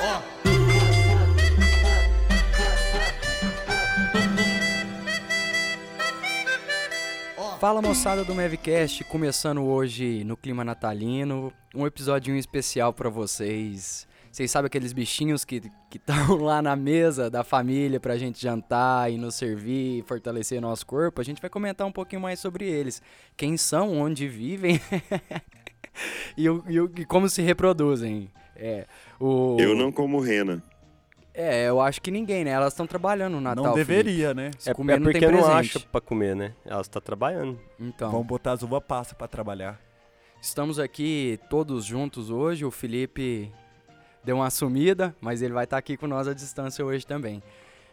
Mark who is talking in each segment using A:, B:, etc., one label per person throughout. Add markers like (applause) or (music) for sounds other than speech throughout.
A: Ó.
B: Fala moçada do Mavcast, começando hoje no clima natalino, um episódio especial pra vocês. Vocês sabem aqueles bichinhos que estão (laughs) lá na mesa da família pra gente jantar e nos servir, fortalecer nosso corpo? A gente vai comentar um pouquinho mais sobre eles. Quem são, onde vivem (laughs) e, o- e o- e como se reproduzem. É, o,
C: Eu não como rena.
B: É, eu acho que ninguém, né? Elas estão trabalhando no Natal.
A: Não
B: Felipe.
A: deveria, né?
B: Se
D: É,
B: comer,
D: é
B: não
D: porque
B: tem
D: não
B: presente.
D: acha pra comer, né? Ela está trabalhando.
B: Então.
A: Vamos botar as uvas passa pra trabalhar.
B: Estamos aqui todos juntos hoje. O Felipe deu uma sumida, mas ele vai estar aqui com nós à distância hoje também.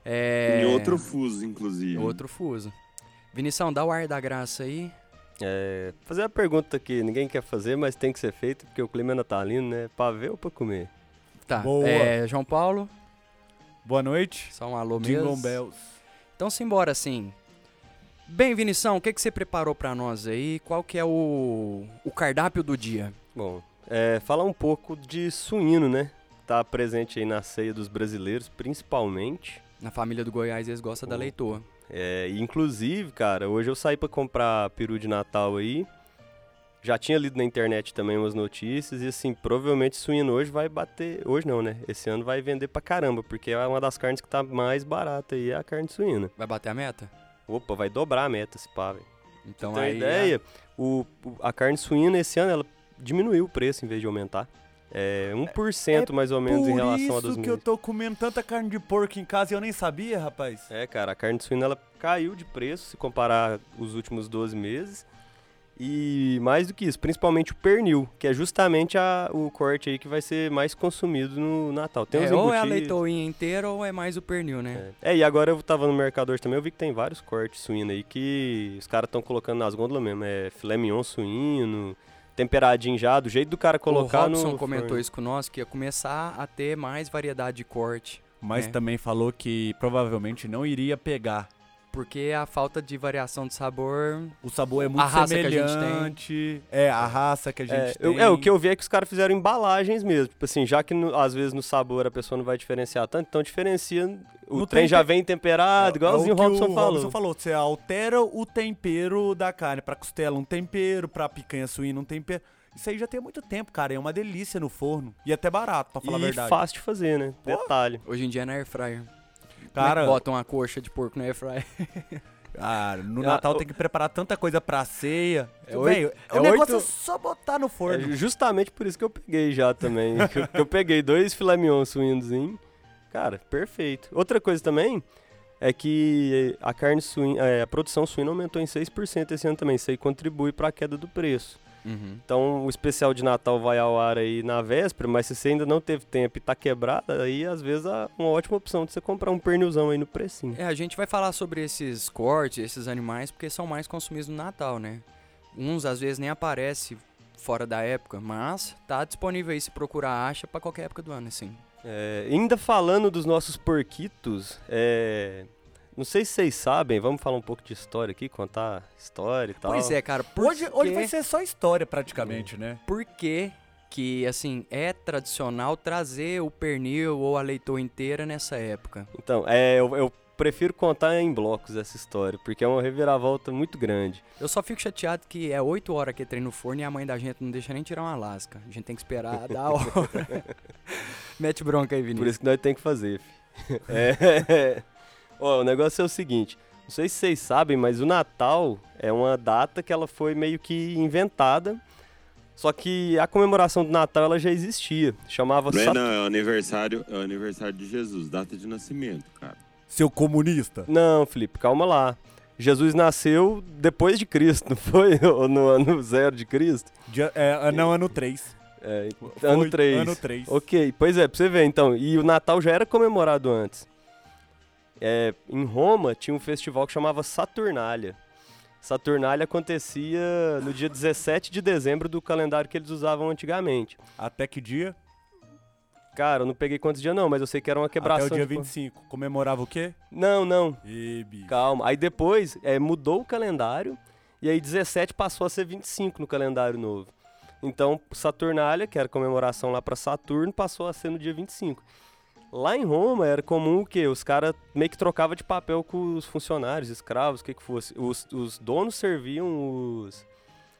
B: É...
C: Em outro fuso, inclusive.
B: outro fuso. Vinição, dá o ar da graça aí.
D: É, fazer uma pergunta que ninguém quer fazer, mas tem que ser feito, porque o clima é natalino, né? Pra ver ou pra comer?
B: Tá.
A: Boa.
B: É, João Paulo,
A: Boa noite.
B: só um alô
A: Jingle
B: mesmo.
A: Bells.
B: Então simbora assim. Bem, Vinição, o que, que você preparou pra nós aí? Qual que é o, o cardápio do dia?
D: Bom, é, falar um pouco de suíno, né? Tá presente aí na ceia dos brasileiros, principalmente.
B: Na família do Goiás eles gostam da
D: Opa.
B: leitoa.
D: É, e inclusive, cara, hoje eu saí pra comprar peru de Natal aí. Já tinha lido na internet também umas notícias e assim, provavelmente suíno hoje vai bater, hoje não, né? Esse ano vai vender pra caramba, porque é uma das carnes que tá mais barata aí, é a carne suína.
B: Vai bater a meta?
D: Opa, vai dobrar a meta esse pá, velho.
B: Então
D: Tem
B: aí.
D: ideia? O, o- a carne suína esse ano ela diminuiu o preço em vez de aumentar. É 1% mais ou menos em
A: Por
D: relação a
A: isso que eu
D: 2000.
A: tô comendo tanta carne de porco em casa e eu nem sabia, rapaz.
D: É, cara, a carne suína ela caiu de preço se comparar os últimos 12 meses. E mais do que isso, principalmente o pernil, que é justamente a- o corte aí que vai ser mais consumido no Natal. Tem uns
B: É, ou é a
D: embutidos.
B: leitoinha inteira ou é mais o pernil, né?
D: É, e agora eu tava no mercado hoje também, eu vi que tem vários cortes suíno aí que os caras estão colocando nas gôndolas mesmo. É filé mignon suíno, temperadinho já, do jeito do cara colocar
B: o Robson
D: no
B: comentou
D: forno.
B: isso com nós, que ia começar a ter mais variedade de corte,
A: Mas
B: É.
A: também falou que provavelmente não iria pegar.
B: porque a falta de variação de sabor...
A: O sabor é muito
B: A raça que a gente tem.
A: semelhante. É, a raça que a gente
D: É,
A: tem.
D: eu- é, o que eu vi é que os caras fizeram embalagens mesmo. Tipo assim, já que no- às vezes no sabor a pessoa não vai diferenciar tanto, então diferencia. O
A: No
D: trem já
A: tempe-
D: vem temperado, igualzinho
A: É, o
D: o
A: que
D: Robson
A: o
D: falou.
A: Robson falou, você altera o tempero da carne. Pra costela, um tempero. Pra picanha suína, um tempero. Isso aí já tem muito tempo, cara. É uma delícia no forno. E é até barato, pra falar
D: e
A: a verdade.
D: fácil de fazer, né?
A: Pô.
D: Detalhe.
B: Hoje em dia é na airfryer. Como é
A: Cara,
B: que botam a coxa de porco na airfryer?
A: ah, no
D: Ah,
A: Natal
D: o-
A: tem que preparar tanta coisa pra ceia.
D: É
A: Véi,
D: oito-
A: o
D: é
A: negócio
D: oito-
A: é só botar no
D: É
A: forno.
D: ju- justamente por isso que eu peguei já também. (laughs) que eu, que eu peguei dois filé mignon suínozinho. Cara, perfeito. Outra coisa também é que a carne suína, é, a produção suína aumentou em 6% esse ano também. Isso aí contribui para a queda do preço.
A: Uhum.
D: Então, o especial de Natal vai ao ar aí na véspera, mas se você ainda não teve tempo e tá quebrado, aí às vezes é uma ótima opção de você comprar um pernilzão aí no precinho.
B: É, a gente vai falar sobre esses cortes, esses animais, porque são mais consumidos no Natal, né? Uns, às vezes, nem aparece fora da época, mas tá disponível aí se procurar, acha pra qualquer época do ano, assim.
D: É, ainda falando dos nossos porquitos, é, não sei se vocês sabem, vamos falar um pouco de história aqui, contar história e tal.
B: Pois é, cara, por
A: Hoje, hoje
B: quê?
A: vai ser só história, praticamente, né?
B: por que que, assim, é tradicional trazer o pernil ou a leitoa inteira nessa época?
D: Então, é, eu, eu prefiro contar em blocos essa história, porque é uma reviravolta muito grande.
B: Eu só fico chateado que é 8 horas que treino no forno e a mãe da gente não deixa nem tirar uma lasca. A gente tem que
D: (laughs)
B: esperar da hora. (laughs) Mete bronca aí,
D: Por
B: Vinícius.
D: isso que nós temos que fazer, fi. (laughs) É. Ó, o negócio é o seguinte, não sei se vocês sabem, mas o Natal é uma data que ela foi meio que inventada, só que a comemoração do Natal ela já existia, chamava
C: Não é,
D: Sat-
C: não, é o aniversário, é o aniversário de Jesus, data de nascimento, cara.
A: Seu comunista.
D: Não, Felipe, calma lá. Jesus nasceu depois de Cristo, (laughs) não foi? Ou no ano zero de Cristo?
A: Dia- é, não, ano 3.
D: É, ano 3.
A: Ano 3.
D: Ok, pois é, pra você ver então. E o Natal já era comemorado antes. É, em Roma tinha um festival que chamava Saturnália. Saturnália acontecia no dia 17 de dezembro do calendário que eles usavam antigamente.
A: Até que dia?
D: Cara, eu não peguei quantos dias não, mas eu sei que era uma quebração.
A: Até o dia
D: de-
A: 25. Comemorava o quê?
D: Não, não.
A: E, bicho.
D: Calma. Aí depois é, mudou o calendário e aí 17 passou a ser 25 no calendário novo. Então, Saturnália, que era comemoração lá para Saturno, passou a ser no dia 25. Lá em Roma era comum o quê? Os caras meio que trocavam de papel com os funcionários, escravos, o que que fosse. Os, os donos serviam os,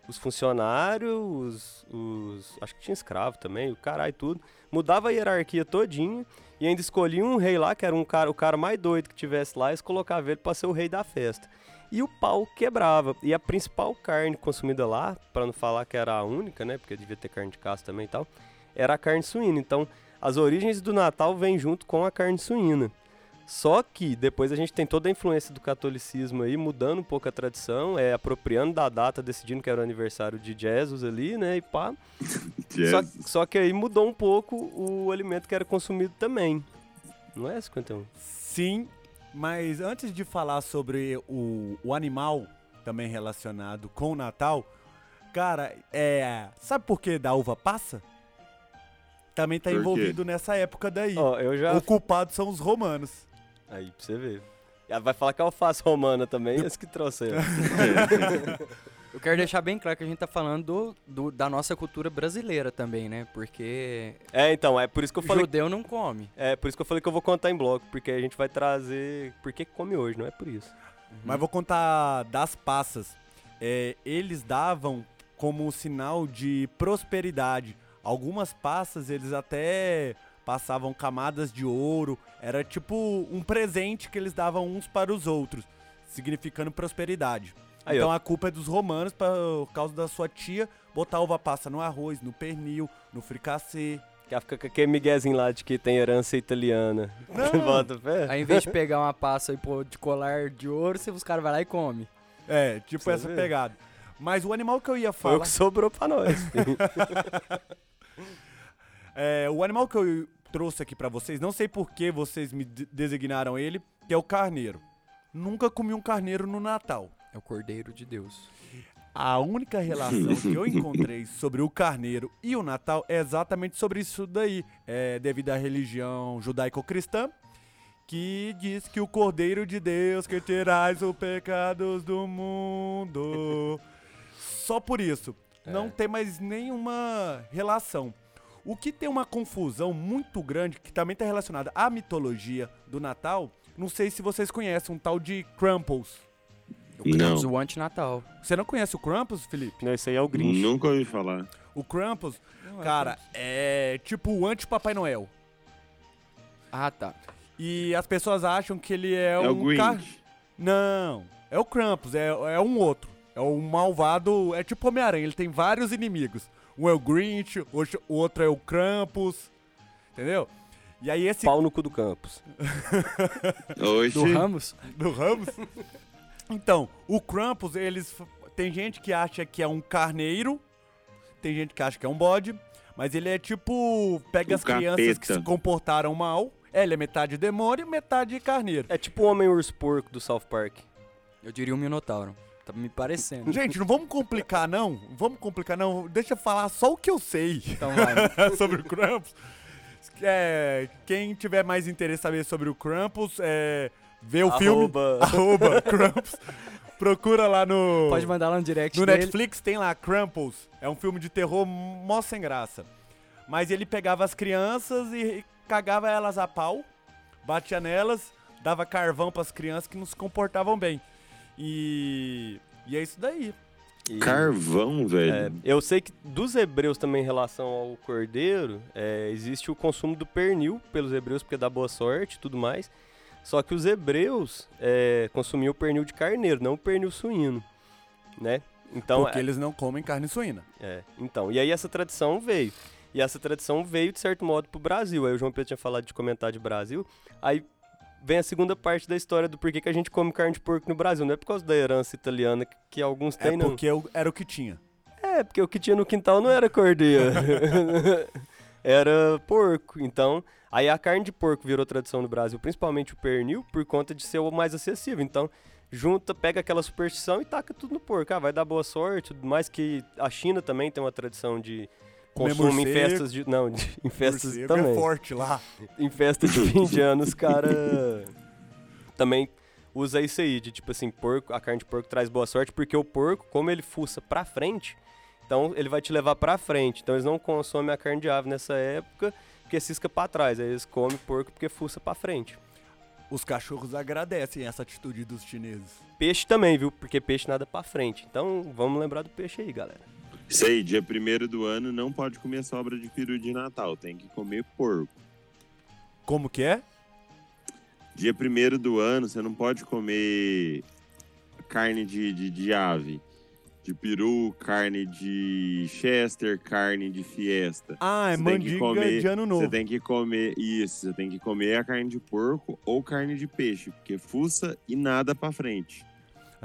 D: os funcionários, os, os- Acho que tinha escravo também, o caralho tudo. Mudava a hierarquia todinha e ainda escolhia um rei lá, que era um cara, o cara mais doido que tivesse lá, e eles colocavam ele pra ser o rei da festa. E o pau quebrava. E a principal carne consumida lá, pra não falar que era a única, né? Porque devia ter carne de caça também e tal, era a carne suína. Então, as origens do Natal vêm junto com a carne suína. Só que depois a gente tem toda a influência do catolicismo aí, mudando um pouco a tradição, é apropriando da data, decidindo que era o aniversário de Jesus ali, né? E pá. Só,
C: Jesus.
D: só que é aí mudou um pouco o alimento que era consumido também. Não é 51?
A: Sim, mas antes de falar sobre o, o animal também relacionado com o Natal, cara, é. Sabe por que da uva passa? Também tá
C: Por quê?
A: envolvido nessa época daí.
D: Ó, eu já.
A: O culpado são os romanos.
D: Aí pra você ver. Ah, Vai falar que é alface romana também, esse
A: (laughs)
D: que trouxeram.
B: Eu quero deixar bem claro que a gente tá falando do- do- da nossa cultura brasileira também, né? Porque
D: é, então, é por isso que eu
B: o
D: falei.
B: judeu não come.
D: É por isso que eu falei que eu vou contar em bloco, porque a gente vai trazer. Por que come hoje, não é por isso.
A: Mas vou contar das passas. É, eles davam como um sinal de prosperidade. Algumas passas eles até passavam camadas de ouro. Era tipo um presente que eles davam uns para os outros, significando prosperidade.
D: Aí,
A: então
D: ó.
A: a culpa é dos romanos por causa da sua tia botar uva passa no arroz, no pernil, no fricassê.
D: Que ela fica com aquele miguezinho lá de que tem herança italiana.
A: Não.
D: (laughs) Bota fé?
B: Aí, em vez de pegar uma passa e pôr de colar de ouro, você- os caras vão lá e come.
A: É, tipo
D: Você
A: essa
D: vê?
A: pegada. Mas o animal que eu ia
D: Foi o
A: falar.
D: que sobrou pra nós.
A: É, o animal que eu trouxe aqui pra vocês, não sei por que vocês me de- designaram ele, que é o carneiro. Nunca comi um carneiro no Natal.
B: É o cordeiro de Deus.
A: A única relação que eu encontrei sobre o carneiro e o Natal é exatamente sobre isso daí. É devido à religião judaico-cristã, que diz que o Cordeiro de Deus que tirais os pecados do mundo. Só por isso. Não tem mais nenhuma relação. O que tem uma confusão muito grande, que também está relacionada à mitologia do Natal, não sei se vocês conhecem, um tal de Krampus.
B: O
C: Não.
B: Krampus, o anti-natal.
A: Você não conhece o Krampus, Felipe?
D: não, isso aí é o Grinch.
C: Nunca ouvi falar.
A: O Krampus, cara, é tipo o anti-Papai Noel.
B: Ah, tá.
A: E as pessoas acham que ele é,
C: É,
A: um
C: o Grinch.
A: car- Não, é o Krampus, é, é um outro. É um malvado, é tipo Homem-Aranha, ele tem vários inimigos. Um é o Grinch, hoje- o outro é o Krampus, entendeu? E aí esse (laughs)
D: Pau no cu do Campos.
C: Oxi.
B: Do Ramos?
A: do Ramos... (laughs) Então, o Krampus, eles... f- Tem gente que acha que é um carneiro, tem gente que acha que é um bode, mas ele é tipo... Pega
C: Um
A: as crianças que
C: capeta.
A: se comportaram mal, é, ele é metade demônio e metade carneiro.
D: É tipo o Homem Urso Porco do South Park.
B: Eu diria um minotauro. Tá me
A: (laughs)
B: parecendo.
A: Gente, não vamos complicar, não. Vamos complicar, não. Deixa eu falar só o que eu sei (laughs)
B: Então vai.
A: sobre o Krampus. É, quem tiver mais interesse em saber sobre o Krampus, é, vê o filme. (laughs) Ah,
D: Arroba.
A: Arroba Krampus. Procura lá no,
B: Pode mandar lá no direct
A: no
B: dele.
A: Netflix, tem lá Krampus. É um filme de terror mó sem graça. Mas ele pegava as crianças e cagava elas a pau, batia nelas, dava carvão pras crianças que não se comportavam bem. E, e é isso daí.
D: E-
C: Carvão,
D: É,
C: velho.
D: eu sei que dos hebreus também em relação ao cordeiro, é, existe o consumo do pernil pelos hebreus porque dá boa sorte e tudo mais. Só que os hebreus é, consumiam o pernil de carneiro, não o pernil suíno, né? Então,
C: é-
A: Porque eles não comem carne suína.
D: é, então, e aí essa tradição veio. E essa tradição veio, de certo modo, pro Brasil. Aí o João Pedro tinha falado de comentar de Brasil. Aí vem a segunda parte da história do porquê que a gente come carne de porco no Brasil. Não é por causa da herança italiana que, que alguns
A: É
D: têm, não.
A: porque eu- era o que tinha.
D: É, porque o que tinha no quintal não era cordeiro. (laughs) era porco. Então, aí a carne de porco virou tradição no Brasil, principalmente o pernil, por conta de ser o mais acessível. Então, junta, pega aquela superstição e taca tudo no porco. Ah, vai dar boa sorte, tudo mais que a China também tem uma tradição de
A: Comer
D: consumo em
A: morcego.
D: festas de, não, de- em festas
A: Morcego é
D: também.
A: forte lá.
D: Em festa de fim de ano os cara também usa isso aí de tipo assim, porco, a carne de porco traz boa sorte porque o porco, como ele fuça pra frente, Então ele vai te levar pra frente. Então eles não consomem a carne de ave nessa época, porque cisca pra trás. Aí eles comem porco porque fuça pra frente.
A: Os cachorros agradecem essa atitude dos chineses.
D: Peixe também, viu? Porque peixe nada pra frente. Então vamos lembrar do peixe aí, galera.
C: Isso aí, dia 1 do ano não pode comer sobra de peru de Natal, tem que comer porco.
A: Como que é?
C: Dia 1 do ano você não pode comer carne de, de, de ave, de peru, carne de chester, carne de fiesta.
A: Ah, é
C: Você tem que
A: mandiga
C: comer-
A: de ano
C: Você
A: novo.
C: tem que comer isso, você tem que comer a carne de porco ou carne de peixe, porque fuça e nada pra frente.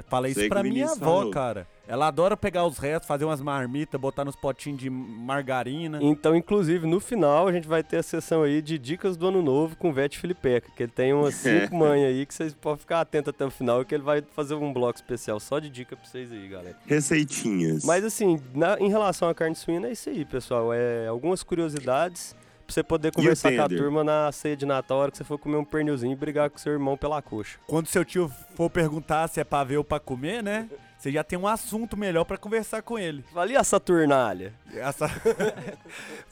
A: Falei isso
C: Sei
A: pra
C: que o
A: minha
C: Vinícius
A: avó,
C: falou.
A: cara. Ela adora pegar os restos, fazer umas marmitas, botar nos potinhos de margarina.
C: Hum.
D: Então, inclusive, no final a gente vai ter a sessão aí de dicas do ano novo com o Vete Filipeca, que ele tem umas
C: É.
D: cinco mães aí que vocês podem ficar atentos até o final, que ele vai fazer um bloco especial só de dica pra vocês aí, galera.
C: Receitinhas.
D: Mas assim, na- em relação à carne suína, é isso aí, pessoal. É algumas curiosidades pra você poder conversar com a
C: tender?
D: turma na ceia de Natal, a hora que você for comer um pernilzinho e brigar com seu irmão pela coxa.
A: Quando seu tio for perguntar se é pra ver ou pra comer, né? Você já tem um assunto melhor pra conversar com ele.
D: Valia a Saturnália.
A: Essa... (laughs)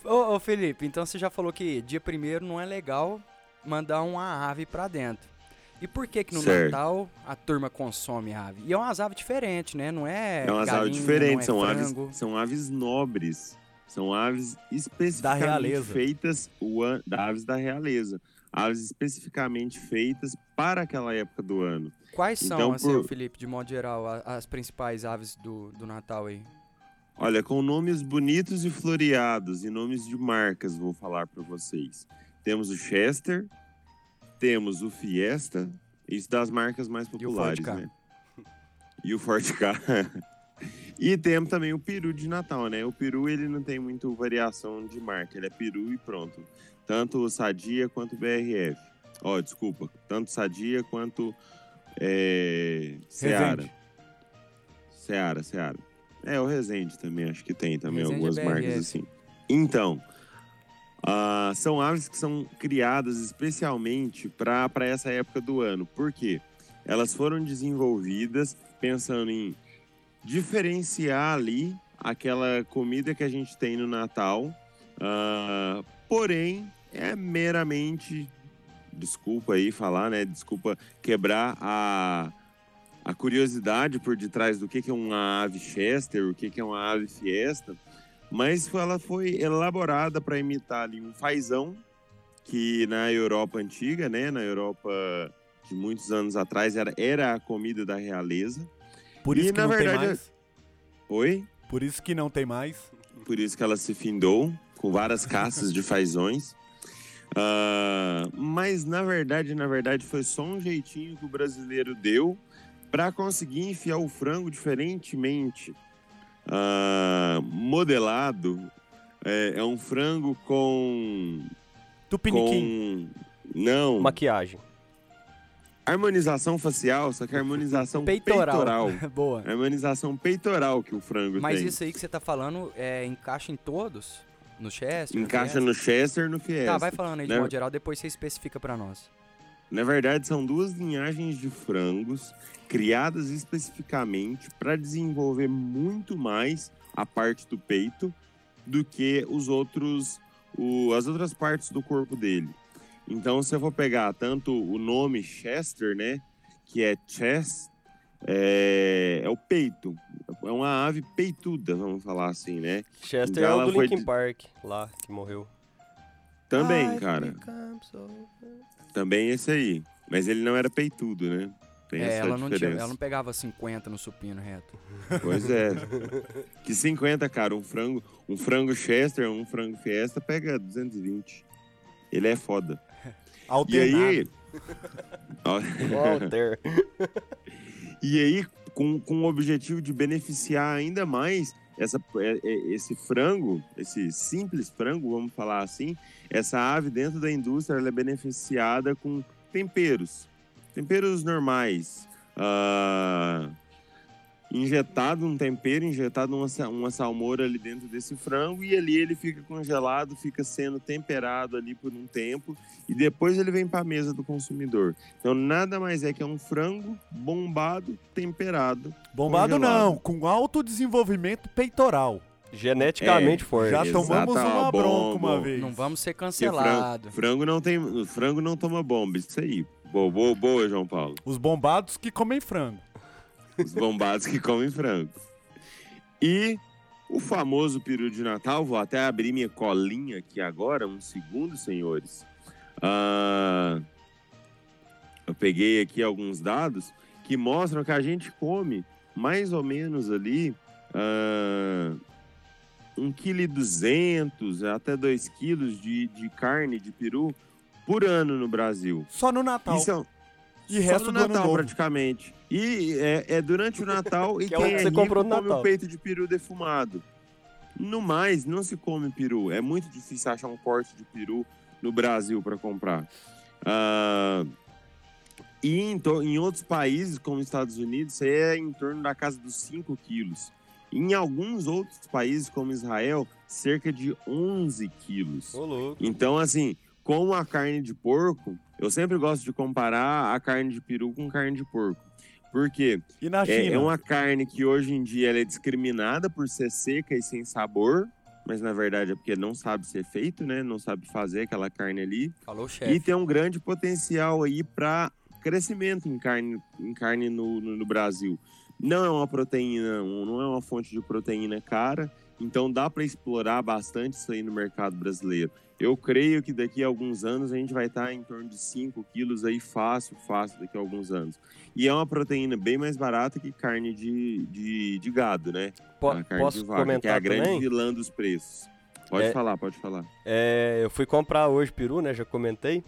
B: Ô, ô, Felipe, então você já falou que dia primeiro não é legal mandar uma ave pra dentro. E por que que no
C: Certo.
B: Natal a turma consome ave? E é umas aves diferentes, né? Não é
C: É umas
B: galinha,
C: aves diferentes,
B: não
C: são,
B: é frango.
C: aves, são aves nobres. São aves especificamente
A: realeza.
C: feitas, o an- da aves da realeza. Aves especificamente feitas para aquela época do ano.
B: Quais são,
C: Então,
B: assim,
C: por-
B: ô, Felipe, de modo geral, a- as principais aves do, do Natal aí?
C: Olha, com nomes bonitos e floreados e nomes de marcas, vou falar para vocês. Temos o Chester, temos o Fiesta, isso das marcas mais
B: o Ford
C: populares,
B: Ka.
C: né? E o Ford K. (laughs) e temos também o peru de Natal, né? O peru ele não tem muito variação de marca, ele é peru e pronto. Tanto o Sadia quanto o BRF. Ó, desculpa, tanto Sadia quanto é, Seara.
A: Resende.
C: Seara, Seara. É, o Resende também, acho que tem também
B: Resende
C: algumas
B: é
C: marcas
B: BRF.
C: assim. Então, ah, são aves que são criadas especialmente para essa época do ano. Por quê? Elas foram desenvolvidas pensando em diferenciar ali aquela comida que a gente tem no Natal, ah, porém é meramente, desculpa aí falar, né? Desculpa quebrar a, a curiosidade por detrás do que, que é uma ave Chester, o que, que é uma ave Fiesta, mas foi- ela foi elaborada para imitar ali um fazão que na Europa antiga, né? Na Europa de muitos anos atrás era, era a comida da realeza.
A: Por
C: E,
A: isso que
C: na
A: não
C: verdade, é-
A: tem mais.
C: Oi?
A: Por isso que não tem mais.
C: Por isso que ela se findou, com várias caças de fazões. Ah, mas na verdade, na verdade, foi só um jeitinho que o brasileiro deu para conseguir enfiar o frango diferentemente ah, modelado. É, é um frango com.
A: Tupiniquim.
C: com não.
D: Maquiagem.
C: Harmonização facial, só que harmonização
B: Peitoral.
C: peitoral.
B: (laughs) Boa.
C: Harmonização peitoral que o frango
B: Mas
C: tem.
B: isso aí que você tá falando é, encaixa em todos? No Chester? no
C: Encaixa
B: Fiesta?
C: no Chester e no Fiesta.
B: é Tá, vai falando aí de
C: né?
B: modo geral, depois você especifica pra nós.
C: Na verdade, são duas linhagens de frangos criadas especificamente para desenvolver muito mais a parte do peito do que os outros, o- as outras partes do corpo dele. Então, se eu for pegar tanto o nome Chester, né, que é chest, é, é o peito, é uma ave peituda, vamos falar assim, né? Então
D: Chester é
C: ela
D: o do
C: foi
D: Linkin
C: de-
D: Park, lá, que morreu.
C: Também,
D: I've
C: cara,
D: become so-
C: também esse aí. Mas ele não era peitudo, né? Tem
B: É,
C: essa
B: ela não, tinha,
C: diferença.
B: ela não pegava 50 no supino reto.
C: Pois é. Que 50, cara, um frango, um frango Chester, um frango Fiesta pega 220. Ele é foda. E
A: Alternado.
C: aí, Ó,
D: (laughs) Walter.
C: e aí com, com o objetivo de beneficiar ainda mais essa, é- é- esse frango, esse simples frango, vamos falar assim, essa ave dentro da indústria ela é beneficiada com temperos, temperos normais. ah, injetado um tempero, injetado uma, sa- uma salmoura ali dentro desse frango e ali ele fica congelado, fica sendo temperado ali por um tempo e depois ele vem para a mesa do consumidor. Então nada mais é que é um frango bombado, temperado.
A: Bombado
C: congelado.
A: não, com alto desenvolvimento peitoral.
D: Geneticamente
C: É,
D: forte.
A: Já tomamos
C: exato,
A: uma
C: ó, bom,
A: bronca uma
C: bom.
A: vez.
B: Não vamos ser
C: Porque frango,
B: cancelados.
C: frango não tem. Frango não toma bomba. Isso aí. Boa, boa, boa, João Paulo.
A: Os bombados que comem frango.
C: Os bombados que comem frango. E o famoso peru de Natal, vou até abrir minha colinha aqui agora, um segundo, senhores. Ah, eu peguei aqui alguns dados que mostram que a gente come mais ou menos ali ah, 1,2 kg até 2 kg de, de carne de peru por ano no Brasil.
A: Só no Natal.
C: Isso é,
A: E
C: só
A: resto
C: no
A: do ano
C: Natal,
A: novo.
C: praticamente. E é, é durante (laughs) o Natal e
D: Que é o
C: quem
D: que
C: é
D: você
C: rico
D: comprou no
C: come
D: Natal.
C: o peito de peru defumado. No mais, não se come peru. É muito difícil achar um corte de peru no Brasil para comprar. Ah, e em, to- em outros países, como Estados Unidos, isso aí é em torno da casa dos 5 quilos. Em alguns outros países, como Israel, cerca de 11 quilos.
D: Ô, louco.
C: Então, assim, com a carne de porco, eu sempre gosto de comparar a carne de peru com carne de porco. Por quê?
A: E na
C: É,
A: China.
C: é uma carne que hoje em dia ela é discriminada por ser seca e sem sabor, mas na verdade é porque não sabe ser feito, né? Não sabe fazer aquela carne ali.
B: Falou,
C: E
D: É.
B: chefe.
C: tem um grande potencial aí para crescimento em carne, em carne no, no- no Brasil. Não é uma proteína, um- não é uma fonte de proteína cara, então dá para explorar bastante isso aí no mercado brasileiro. Eu creio que daqui a alguns anos a gente vai estar em torno de 5 quilos aí fácil, fácil daqui a alguns anos. E é uma proteína bem mais barata que carne de, de, de gado, né?
D: Po-
C: A carne
D: posso
C: de vaca, que é a
D: comentar
C: grande
D: também?
C: vilã dos preços. Pode
D: É.
C: falar, pode falar.
D: É, eu fui comprar hoje peru, né? Já comentei.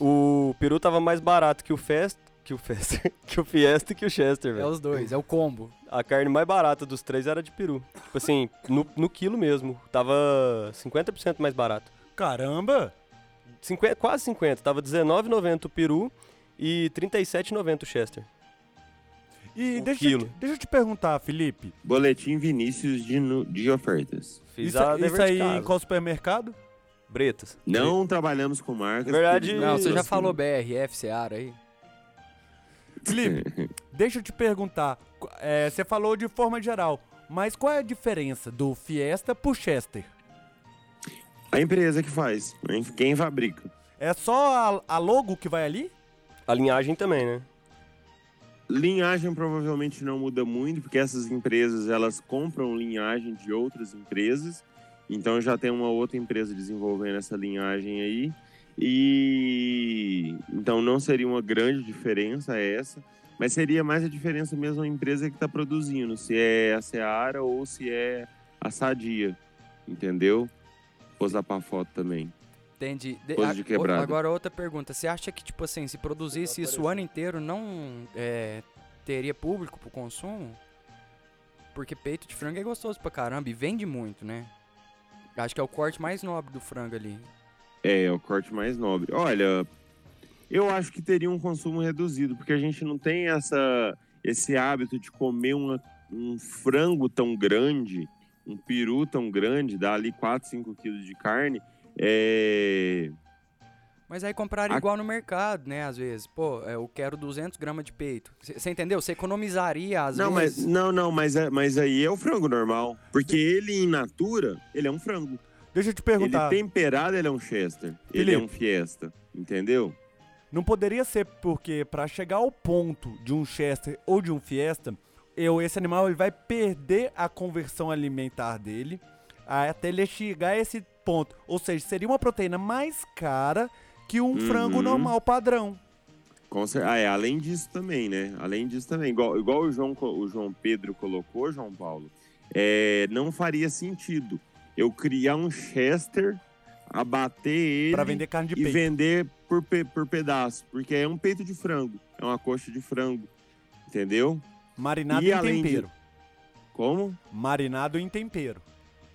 D: O peru tava mais barato que o Fest, que o Fest, (laughs) que o Fiesta e que o Chester,
B: É
D: velho.
B: os dois, é o combo.
D: A carne mais barata dos três era de peru. Tipo assim, no, no quilo mesmo. Tava 50% mais barato.
A: Caramba!
D: Cinquen- quase 50. Tava 19,90 o peru e 37,90 o Chester.
A: E
D: Um
A: deixa, eu te-
D: quilo.
A: deixa eu te perguntar, Felipe.
C: Boletim Vinícius de, nu- de ofertas.
D: Fiz
A: isso
C: é
D: a dever
A: isso
D: de
A: aí em
D: casa.
A: qual supermercado?
D: Bretas.
C: Não trabalhamos com marcas.
D: Na verdade,
C: porque
B: Não, você já
C: assim,
B: falou BRF, Seara aí.
C: (laughs)
A: Felipe, deixa eu te perguntar. qu- é, você falou de forma geral, mas qual é a diferença do Fiesta pro Chester?
C: A empresa que faz, hein? quem fabrica.
A: É só a, a logo que vai ali?
D: A linhagem também, né?
C: Linhagem provavelmente não muda muito, porque essas empresas elas compram linhagem de outras empresas. Então já tem uma outra empresa desenvolvendo essa linhagem aí. E então não seria uma grande diferença essa, mas seria mais a diferença mesmo a empresa que está produzindo, se é a Seara ou se é a Sadia, entendeu? Vou usar para foto também.
B: Entendi. De-
C: Coisa
B: a-
C: de quebrada.
B: o- Agora outra pergunta. Você acha que, tipo assim, se produzisse isso o ano inteiro, não é, teria público pro consumo? Porque peito de frango é gostoso pra caramba e vende muito, né? Acho que é o corte mais nobre do frango ali.
C: É, é o corte mais nobre. Olha, eu acho que teria um consumo reduzido, porque a gente não tem essa, esse hábito de comer uma- um frango tão grande, um peru tão grande, dá ali 4, 5 quilos de carne. É,
B: Mas aí compraram
C: A-
B: igual no mercado, né? Às vezes. Pô, é, eu quero 200 gramas de peito. Você entendeu? Você economizaria, às
C: não, mas,
B: vezes.
C: não, não, mas, é- mas aí é o frango normal. Porque ele, em natura, ele é um frango.
A: Deixa eu te
C: Ele
A: perguntar.
C: temperado, ele é um Chester. Ele é um Fiesta. Entendeu?
A: Não poderia ser porque pra chegar ao ponto de um Chester ou de um Fiesta, eu, esse animal ele vai perder a conversão alimentar dele a- até ele chegar a esse ponto. Ou seja, seria uma proteína mais cara que um
C: Uhum.
A: frango normal padrão.
C: Com cer- Ah, é, além disso também, né? Além disso também, igual, igual o, João, co- o João Pedro colocou, João Paulo, é, não faria sentido eu criar um Chester, abater ele
A: Pra vender carne de
C: e
A: peito.
C: vender por, pe- por pedaço, porque é um peito de frango, é uma coxa de frango, entendeu?
A: Marinado
C: E
A: em
C: além de-
A: tempero.
C: Como?
A: Marinado em tempero.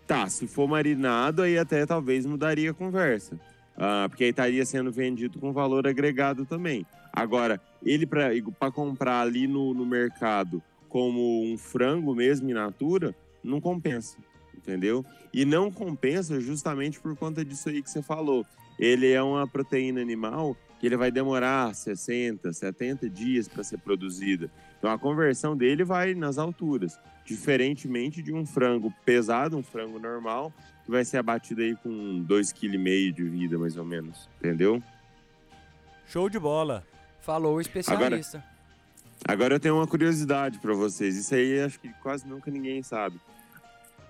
C: Tá, se for marinado, aí até talvez mudaria a conversa. Ah, porque aí estaria sendo vendido com valor agregado também. Agora, ele para comprar ali no, no mercado como um frango mesmo, in natura, não compensa. entendeu? E não compensa justamente por conta disso aí que você falou. Ele é uma proteína animal que ele vai demorar 60, 70 dias para ser produzida. Então a conversão dele vai nas alturas, diferentemente de um frango pesado, um frango normal, que vai ser abatido aí com 2,5 kg de vida mais ou menos, entendeu?
A: Show de bola.
B: Falou o especialista.
C: Agora eu tenho uma curiosidade para vocês. Isso aí acho que quase nunca ninguém sabe.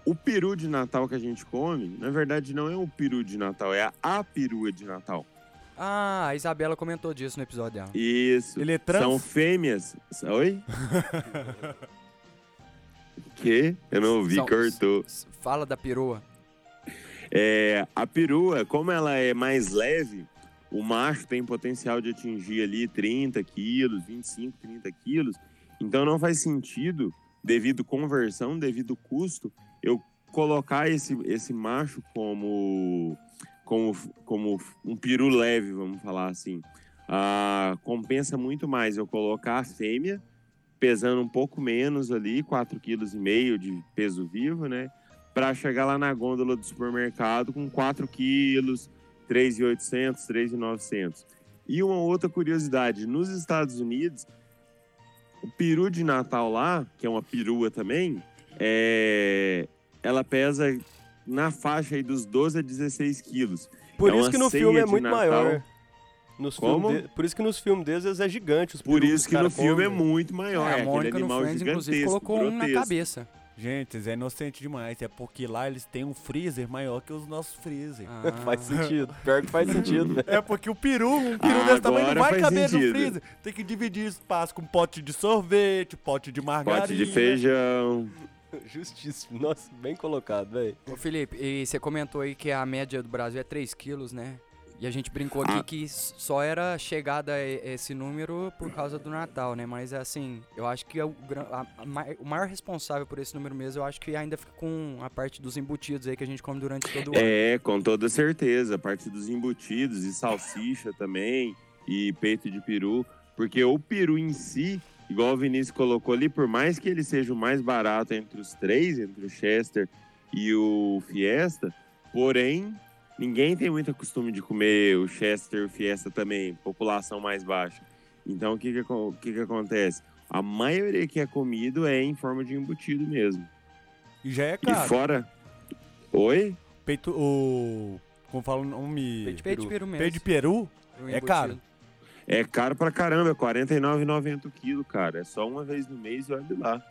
C: O peru de Natal que a gente come, na verdade, não é o peru de Natal, é a, a perua de Natal.
B: Ah, a Isabela comentou disso no episódio dela.
C: Isso.
A: Ele é trans?
C: São fêmeas.
A: (laughs)
C: Oi? que? Eu não ouvi,
B: São-
C: cortou.
B: S- Fala da perua.
C: É, a perua, como ela é mais leve, o macho tem potencial de atingir ali 30 quilos, 25, 30 quilos. Então não faz sentido, devido conversão, devido custo, eu colocar esse, esse macho como, como, como um peru leve, vamos falar assim. Ah, compensa muito mais eu colocar a fêmea, pesando um pouco menos ali, 4,5 kg de peso vivo, né? para chegar lá na gôndola do supermercado com 4 quilos, 3,800, 3,900. E uma outra curiosidade, nos Estados Unidos, o peru de Natal lá, que é uma perua também, é... ela pesa na faixa aí dos 12 a 16 quilos.
D: Por
C: É
D: isso
C: uma
D: que no
C: ceia
D: filme é
C: de
D: muito
C: Natal.
D: maior. Nos
C: Como?
D: filmes de- Por isso que nos filmes deles eles é gigante. Os
C: Por
D: perus
C: isso
D: os né?
C: que no
D: caras
C: filme é
D: comem.
C: muito maior.
B: É, a
C: É, aquele
B: Mônica no
C: animal
B: Friends, inclusive,
C: gigantesco,
B: colocou um na
C: grotesco. (laughs)
B: cabeça.
A: Gente, vocês é inocente demais. É porque lá eles têm um freezer maior que os nossos freezer.
B: Ah,
D: (laughs) Faz sentido. Pior que faz sentido, né? velho.
A: É porque o peru, um peru
C: Ah,
A: desse tamanho
C: agora
A: não vai
C: faz
A: caber no
C: sentido.
A: freezer. Tem que dividir espaço com pote de sorvete, pote de margarina.
C: Pote de feijão.
D: (laughs) Justíssimo. Nossa, bem colocado, velho.
B: Ô, Felipe, e você comentou aí que a média do Brasil é 3 quilos, né? E a gente brincou aqui
C: Ah.
B: que s- só era chegada a e- esse número por causa do Natal, né? Mas assim, eu acho que é o, gran- a- a mai- o maior responsável por esse número mesmo, eu acho que ainda fica com a parte dos embutidos aí que a gente come durante todo o ano.
C: É, com toda certeza. A parte dos embutidos e salsicha também, e peito de peru. Porque o peru em si, igual o Vinícius colocou ali, por mais que ele seja o mais barato entre os três, entre o Chester e o Fiesta, porém, ninguém tem muito costume de comer o Chester e o Fiesta também, população mais baixa. Então, o que, que, acon- o que, que acontece? A maioria que é comido é em forma de embutido mesmo.
A: E já é
C: E
A: caro.
C: fora. Oi?
A: Peito. O. Como fala o nome?
D: Peito de
B: Peito de peru mesmo.
A: Peito de peru?
B: o
A: é
B: embutido.
A: caro.
C: É caro pra caramba, é R$ 49,90 o quilo, cara. É só uma vez no mês e olha lá.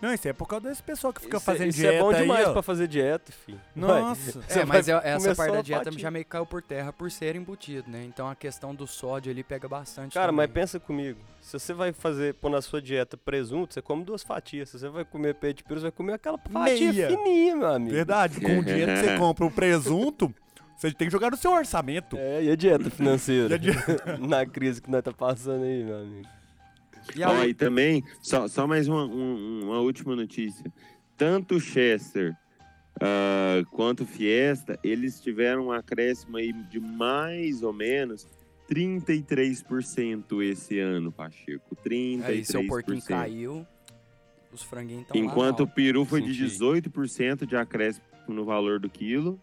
A: Não, isso é por causa desse pessoal que fica
D: Isso é-
A: fazendo
D: isso
A: dieta.
D: é bom
A: aí,
D: demais
A: ó.
D: pra fazer dieta, filho. Vai.
A: Nossa.
B: É,
D: Você
B: mas
D: vai
B: eu- essa
D: comer
B: parte
D: só
B: da
D: a
B: dieta
D: parte-
B: já meio que caiu por terra por ser embutido, né? Então a questão do sódio ali pega bastante.
D: Cara,
B: também.
D: mas pensa comigo. Se você vai fazer, pôr na sua dieta presunto, você come duas fatias. Se você vai comer peito de peru, você vai comer aquela fatia
A: Meia.
D: fininha, meu amigo.
A: Verdade, com o dinheiro que
C: (laughs)
A: você compra o presunto, você tem que jogar no seu orçamento.
D: É, e
B: (laughs)
D: a dieta financeira?
A: E a
D: (laughs) Na crise que nós tá passando aí, meu amigo.
B: E a
C: Ó, e também, só, só mais uma, um- uma última notícia. Tanto o Chester ah, quanto o Fiesta, eles tiveram um acréscimo aí de mais ou menos 33% esse ano, Pacheco. 33%.
B: Aí seu é porquinho caiu, os franguinhos estão
C: Enquanto o peru foi de
D: Senti.
C: 18% de acréscimo no valor do quilo.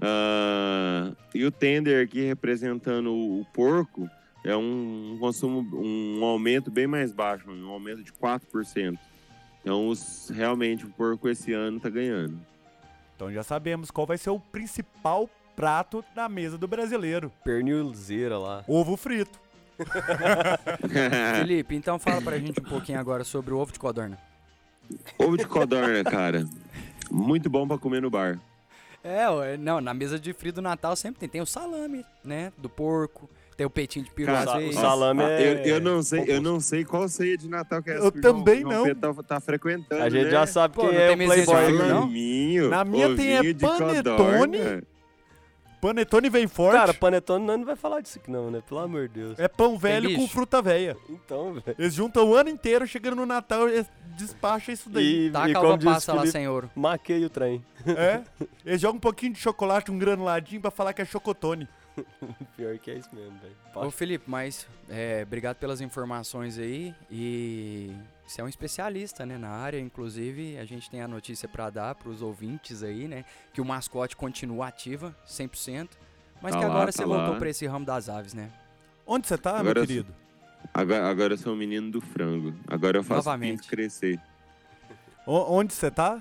C: Ah, e o tender aqui representando o, o porco é um, um consumo, um aumento bem mais baixo, um aumento de 4%. Então, os- realmente, o porco esse ano tá ganhando.
A: Então já sabemos qual vai ser o principal prato da mesa do brasileiro.
D: Pernilzeira lá.
A: Ovo frito.
B: Felipe, então fala pra gente um pouquinho agora sobre o ovo de codorna.
C: (laughs) Ovo de codorna, né, cara. Muito bom pra comer no bar.
B: É, ué, não, na mesa de frio do Natal sempre tem. Tem o salame, né? Do porco, tem o peitinho de peru
D: Cara,
B: às vezes.
D: o salame
C: Ah,
D: é-
C: eu, eu não sei, eu não sei qual ceia de Natal que é essa
A: Eu
C: que o João-
A: também
C: João
A: não.
C: Pedro tá, tá frequentando,
D: A gente
C: né?
D: já sabe
B: Pô,
D: quem
B: não
D: é
B: tem
D: o
B: mesinha de
D: playboy,
B: frango,
D: né?
B: não?
C: Flaminho,
A: Na minha tem é
C: ovinho de
A: panetone.
C: codorna.
A: Panetone vem forte.
D: Cara, panetone nós não vai falar disso aqui não, né? Pelo amor de Deus.
A: é pão velho com
B: bicho?
A: fruta velha.
D: Então, velho.
A: Eles juntam o ano inteiro, chegando no Natal, eles despacham isso daí.
D: E, e
B: Taca Tá, a
D: como
B: uva
D: diz
B: passa
D: o
B: lá
D: Felipe,
B: sem ouro.
D: maquei o trem. (laughs)
A: É? Eles jogam um pouquinho de chocolate, um granuladinho, pra falar que é chocotone.
D: Pior que é isso mesmo, velho.
B: Ô Felipe, mas é, obrigado pelas informações aí e Você é um especialista, né, na área. Inclusive, a gente tem a notícia para dar para os ouvintes aí, né, que o mascote continua ativa, 100%, mas
C: Tá
B: que
C: lá,
B: agora
C: tá
B: você
C: lá.
B: voltou para esse ramo das aves, né?
A: Onde você tá,
C: Agora
A: meu
C: eu-
A: querido?
C: Agora, agora eu sou o menino do frango. Agora eu faço o
B: Novamente.
C: pinto crescer.
A: O- onde você tá?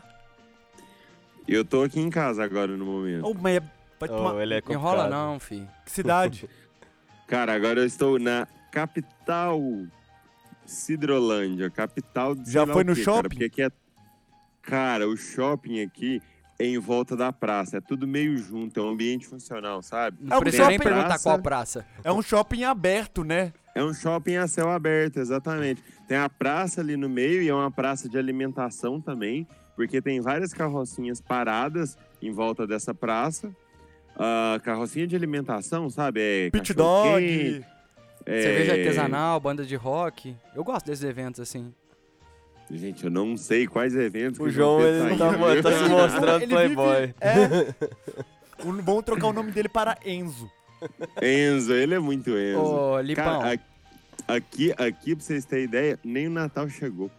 C: E eu tô aqui em casa agora no momento.
A: Ô, mas é- vai tomar-
D: Oh, ele é complicado.
B: Enrola não, fi.
A: Que
D: (laughs)
A: cidade? Oh.
C: Cara, agora eu estou na capital Cidrolândia, capital de
A: Já
C: sei lá
A: foi
C: o
A: no
C: quê,
A: shopping?
C: Cara, porque aqui é... cara, o shopping aqui é em volta da praça. É tudo meio junto, é um ambiente funcional, sabe?
A: É
B: Não
A: um
B: precisa nem
A: shopping.
B: perguntar
C: Praça.
B: qual praça.
A: é um shopping aberto, né?
C: É um shopping a céu aberto, exatamente. Tem a praça ali no meio e é uma praça de alimentação também, porque tem várias carrocinhas paradas em volta dessa praça. Ah, carrocinha de alimentação, sabe? É
A: Pit
C: cachorro-quente,
A: dog.
C: é-
B: Cerveja artesanal, banda de rock. Eu gosto desses eventos assim.
C: Gente, eu não sei quais eventos.
D: O
C: que
D: João,
C: vão ter
D: ele tá,
C: saído. (laughs)
D: tá se mostrando
A: Ele
D: playboy.
A: vive- É.
D: (laughs)
A: O- Vamos trocar o nome dele para Enzo.
C: Enzo, ele é muito Enzo.
B: Ô, Lipão,
C: Cara, a- aqui, aqui, pra vocês terem ideia, nem o Natal chegou.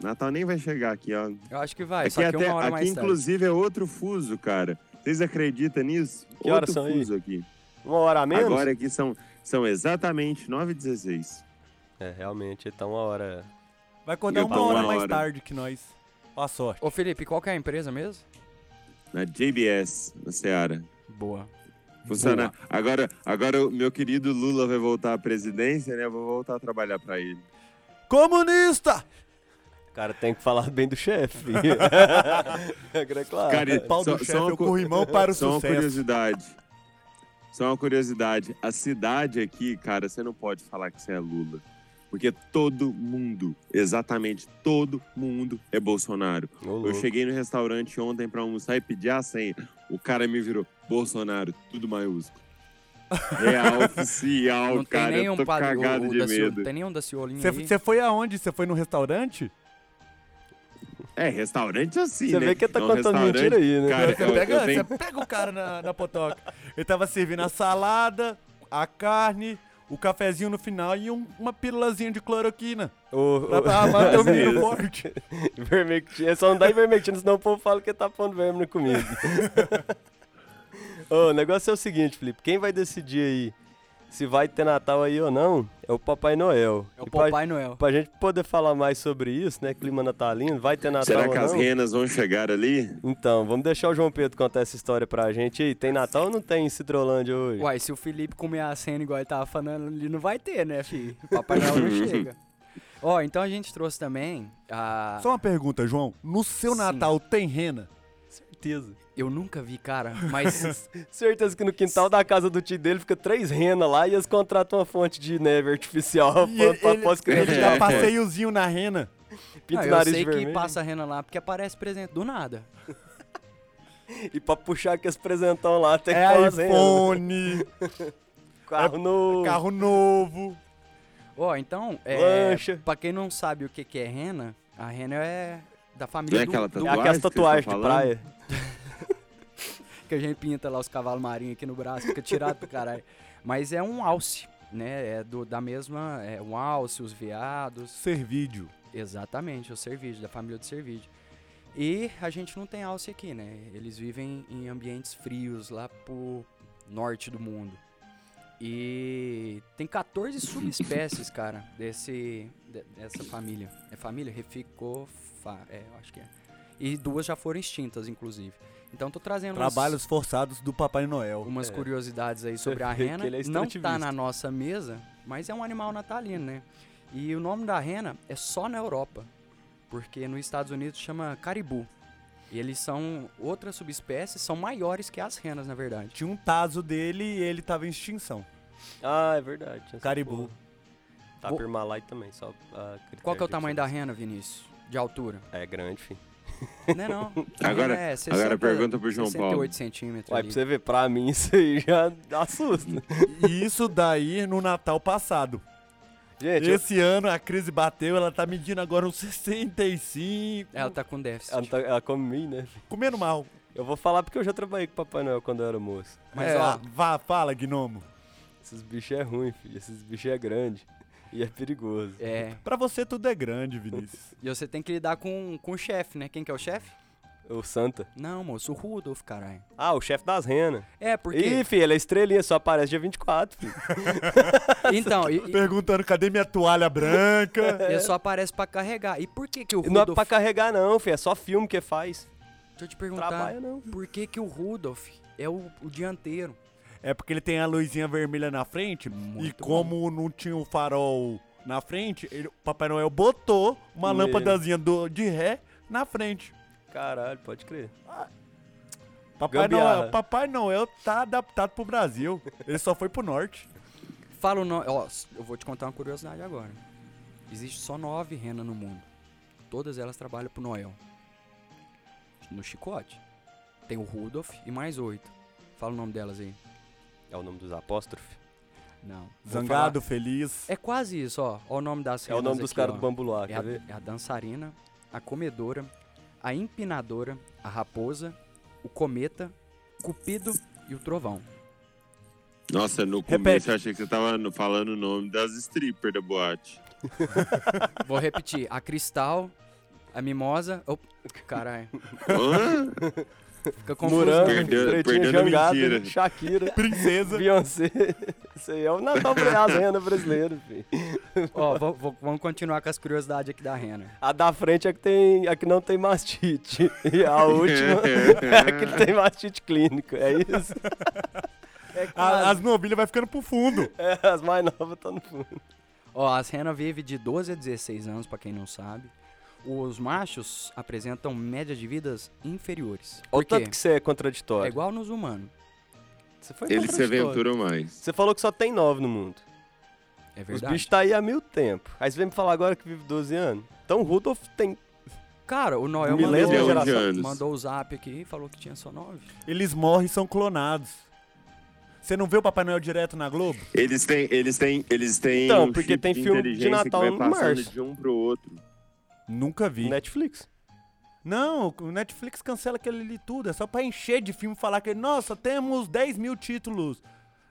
C: Natal nem vai chegar aqui, ó.
B: eu acho que vai,
C: aqui,
B: só que
C: até,
B: uma hora
C: aqui
B: mais tarde.
C: inclusive, é outro fuso, cara. Vocês acreditam nisso?
D: Que horas
C: outro
D: são aí?
C: fuso aqui.
D: Uma hora a menos?
C: Agora aqui são, são exatamente 9h16.
D: É, realmente, ele tá uma hora.
A: Vai acordar
C: Eu
A: uma
C: tô
A: hora
C: uma
A: mais
C: hora.
A: tarde que nós. Ó a sorte.
B: Ô Felipe, qual que é a empresa mesmo?
C: Na JBS, na Seara.
B: Boa.
C: Funciona. Agora, agora o meu querido Lula vai voltar à presidência, né? Eu vou voltar a trabalhar pra ele.
A: Comunista!
D: O cara tem que falar bem do chefe.
C: (laughs)
D: Regra é claro.
C: Cara, e-
A: Pau
C: Só-
A: do
C: só
A: chefe é
C: uma
A: o
C: co- (laughs)
A: corrimão para o
C: Só uma
A: sucesso.
C: curiosidade. Só uma curiosidade. A cidade aqui, cara, você não pode falar que você é Lula. Porque todo mundo, exatamente todo mundo é Bolsonaro.
D: Ô, louco.
C: Eu cheguei no restaurante ontem pra almoçar e pedi a senha. O cara me virou Bolsonaro, tudo maiúsculo.
D: (laughs)
C: Real oficial,
B: não
C: cara.
B: tem
C: eu
B: nenhum
C: tô
B: padre- o-
C: cagado
B: o
C: de
B: da Ciol- Não
C: medo.
B: tem nenhum da Ciolinha
A: Você-
B: aí?
A: Você foi aonde? Você foi no restaurante?
C: É, restaurante assim,
D: Você
C: né?
D: vê que ele tá
C: É um
D: contando
C: restaurante-
D: mentira aí, né?
C: Cara,
A: você,
C: eu-
A: pega,
C: eu tenho-
A: você pega o cara na, na potoca. Ele tava servindo a salada, a carne, o cafezinho no final e um- uma pílulazinha de cloroquina.
D: O-
A: Pra
D: o-
A: tá matar
D: (laughs)
A: o menino
C: Isso.
A: forte.
D: Ivermectina, só não dá ivermectina, senão o povo fala que tá pondo verme na comida. (laughs) Ô, o negócio é o seguinte, Felipe, quem vai decidir aí se vai ter Natal aí ou não é o Papai Noel.
B: É
D: E
B: o
D: pra-
B: Papai Noel.
D: Pra gente poder falar mais sobre isso, né, clima natalino, vai ter Natal
C: Será
D: ou
C: que as
D: não?
C: renas vão chegar ali?
D: Então, vamos deixar o João Pedro contar essa história pra gente aí. Tem Natal ou não tem em Cidrolândia hoje?
B: Uai, se o Felipe comer a cena igual ele tava falando, ele não vai ter, né,
C: (laughs)
B: filho? Papai Noel não chega. Ó, então a gente trouxe também a...
A: Só uma pergunta, João. No seu
B: Sim.
A: Natal tem rena?
D: Certeza.
B: Eu nunca vi, cara, mas
D: Certeza que no quintal da casa do tio dele fica três renas lá e eles contratam uma fonte de neve
B: (laughs)
D: artificial pra,
A: E ele-
D: pra
A: ele-
D: pós-criança
A: Ele
D: (laughs) tirar
A: dá
D: foto.
A: passeiozinho na rena.
B: É. Ah,
D: Pinta o
B: eu
D: nariz
B: sei
D: de vermelho.
B: que passa a rena lá porque aparece presente do nada.
D: E pra puxar aqueles presentão lá, tem que
A: É
D: fazer (laughs)
A: iPhone,
B: é
D: carro no...
A: carro novo.
B: Ó, então, é,
D: Lancha.
B: pra quem não sabe o que que é rena, a rena é da família
C: Não é
B: do,
C: aquela
B: do
D: É
C: tatuagem
D: aquelas
C: que vocês
D: tatuagens
C: tão
D: de
C: falando?
D: praia.
B: que a gente pinta lá os cavalos marinhos aqui no braço, fica tirado pro caralho. Mas é um alce, né? É do, da mesma. É um alce, os veados.
A: Servídeo.
B: Exatamente, o cervídeo, da família do cervídeo. E a gente não tem alce aqui, né? Eles vivem em ambientes frios lá pro norte do mundo. E tem 14 subespécies, cara, desse de- dessa família. É família Reficofa, é, eu acho que é. E duas já foram extintas, inclusive. Então tô trazendo uns-
A: Trabalhos forçados do Papai Noel.
B: algumas
D: É.
B: curiosidades aí
D: Você (laughs)
B: sobre a
D: vê que
B: rena.
D: ele é
B: não tá
D: extrativista.
B: na nossa mesa, mas é um animal natalino, né? E o nome da rena é só na Europa, porque nos Estados Unidos chama caribu. E eles são outras subespécies, são maiores que as renas, na verdade.
A: Tinha um taso dele e ele tava em extinção. (laughs)
D: Ah, é verdade. tinha essa
A: Caribu.
D: porra. Tá
B: Vou-
D: Pirmalai também, só... a critério
B: Qual que é o
D: de
B: tamanho da
D: vocês.
B: rena, Vinícius? De altura?
D: (laughs) É grande, filho.
B: Não é não. A
C: Agora-
B: rena é
C: agora pergunta pro João Paulo.
B: 68 centímetros
D: Ué,
B: ali.
D: pra você ver, pra mim (laughs) isso aí já assusta.
A: E isso daí no Natal passado.
B: É,
D: Gente, eu-
A: Esse ano a crise bateu, ela tá medindo agora uns 65,
B: Ela tá com déficit.
D: ela, tá, ela come mim, né? filho?
A: comendo mal.
D: Eu vou falar porque eu já trabalhei com o Papai Noel quando eu era moço.
B: Mas
A: É,
B: ó,
A: vá, fala, gnomo.
D: Esses bichos é ruim, filho. Esses bichos é grande. E é perigoso.
B: É.
A: Pra você tudo é grande, Vinícius.
B: E você tem que lidar com, com o chefe, né? Quem que é o chefe?
D: O Santa.
B: Não, moço, o Rudolf, caralho.
D: Ah, o chefe das renas.
B: É, porque.
D: Ih, filho, ele é estrelinha, só aparece dia 24, filho.
B: Então, e, e-
A: Perguntando cadê minha
B: (laughs)
A: toalha branca?
B: e só aparece pra carregar. E por que que o
D: é. Não é
B: Rudolf.
D: pra carregar, não, filho. É só filme que faz.
B: Deixa eu te perguntar.
D: Trabalha, não.
B: Por que que o Rudolf é o, o dianteiro?
A: É porque ele tem a luzinha vermelha na frente e
B: Muito
A: como não tinha um farol na frente, ele- o Papai Noel botou uma
D: Nele.
A: lâmpadazinha do- de ré na frente.
D: Caralho, pode crer.
A: Papai
D: Gambiarra.
A: Noel, Papai Noel tá adaptado pro Brasil. Ele só foi pro norte.
B: Fala o nome. Ó, s- eu vou te contar uma curiosidade agora. Existe só nove renas no mundo. Todas elas trabalham pro Noel. No chicote. Tem o Rudolf e mais oito. Fala o nome delas aí.
D: É o nome dos apóstrofes?
B: Não. Vou
A: Zangado, feliz.
B: falar- É quase isso, ó. Ó o nome das
D: É o
B: renas
D: nome dos
B: aqui,
D: caras
B: ó.
D: do Bambu Luar,
B: É
D: quer ver?
B: a, é a dançarina, a comedora, a empinadora, a raposa, o cometa, Cupido e o trovão.
C: Nossa, no começo
A: Repete.
C: eu achei que você tava no- falando o nome das strippers da boate.
D: (laughs)
B: Vou repetir. A cristal, a mimosa. Oh, caralho.
C: Hã?
B: Fica confuso.
D: Morango,
B: né?
C: Perdeu-
D: Pretinha
C: perdeu na
D: Jangada,
C: mentira.
D: Shakira,
A: Princesa.
D: (laughs) Beyoncé. Isso aí é o Natal pra as renas brasileiras, filho.
B: Ó, vou- vou- vamos continuar com as curiosidades aqui da Rena.
D: A da frente é que, tem, é que não tem mastite. E a última é a que tem mastite clínico. É isso? É
A: A-
D: quase.
A: as novilhas vai ficando pro fundo.
D: É, as mais novas estão no fundo.
B: Ó, as renas vivem de 12 a 16 anos, pra quem não sabe. Os machos apresentam médias de vidas inferiores.
D: Olha
B: Por
D: o
B: quê?
D: tanto que você é
B: É
D: contraditório.
B: igual nos humanos.
D: Você foi
C: Eles se
D: contraditório.
C: aventuram mais.
D: Você falou que só tem nove no mundo.
B: É
D: Os
B: verdade.
D: bichos tá aí há mil tempo. Aí você vem me falar agora que vive 12 anos. Então o Rudolf tem.
B: Cara, o Noel
D: Me lembra
B: mandou,
D: de
C: onde anos?
B: mandou o zap aqui e falou que tinha só 9.
A: Eles morrem e são clonados. Você não vê o Papai Noel direto na Globo?
C: Eles têm, eles têm, eles têm.
D: Então,
C: um
D: porque
C: chip
D: tem filme de
C: inteligência
D: Natal
C: que vai
D: no
C: passando
D: março.
C: de um pro outro.
A: Nunca vi.
D: Netflix.
A: Né. Não, o Netflix cancela aquele ali tudo. É só pra encher de filme e falar que, nossa, temos 10 mil títulos.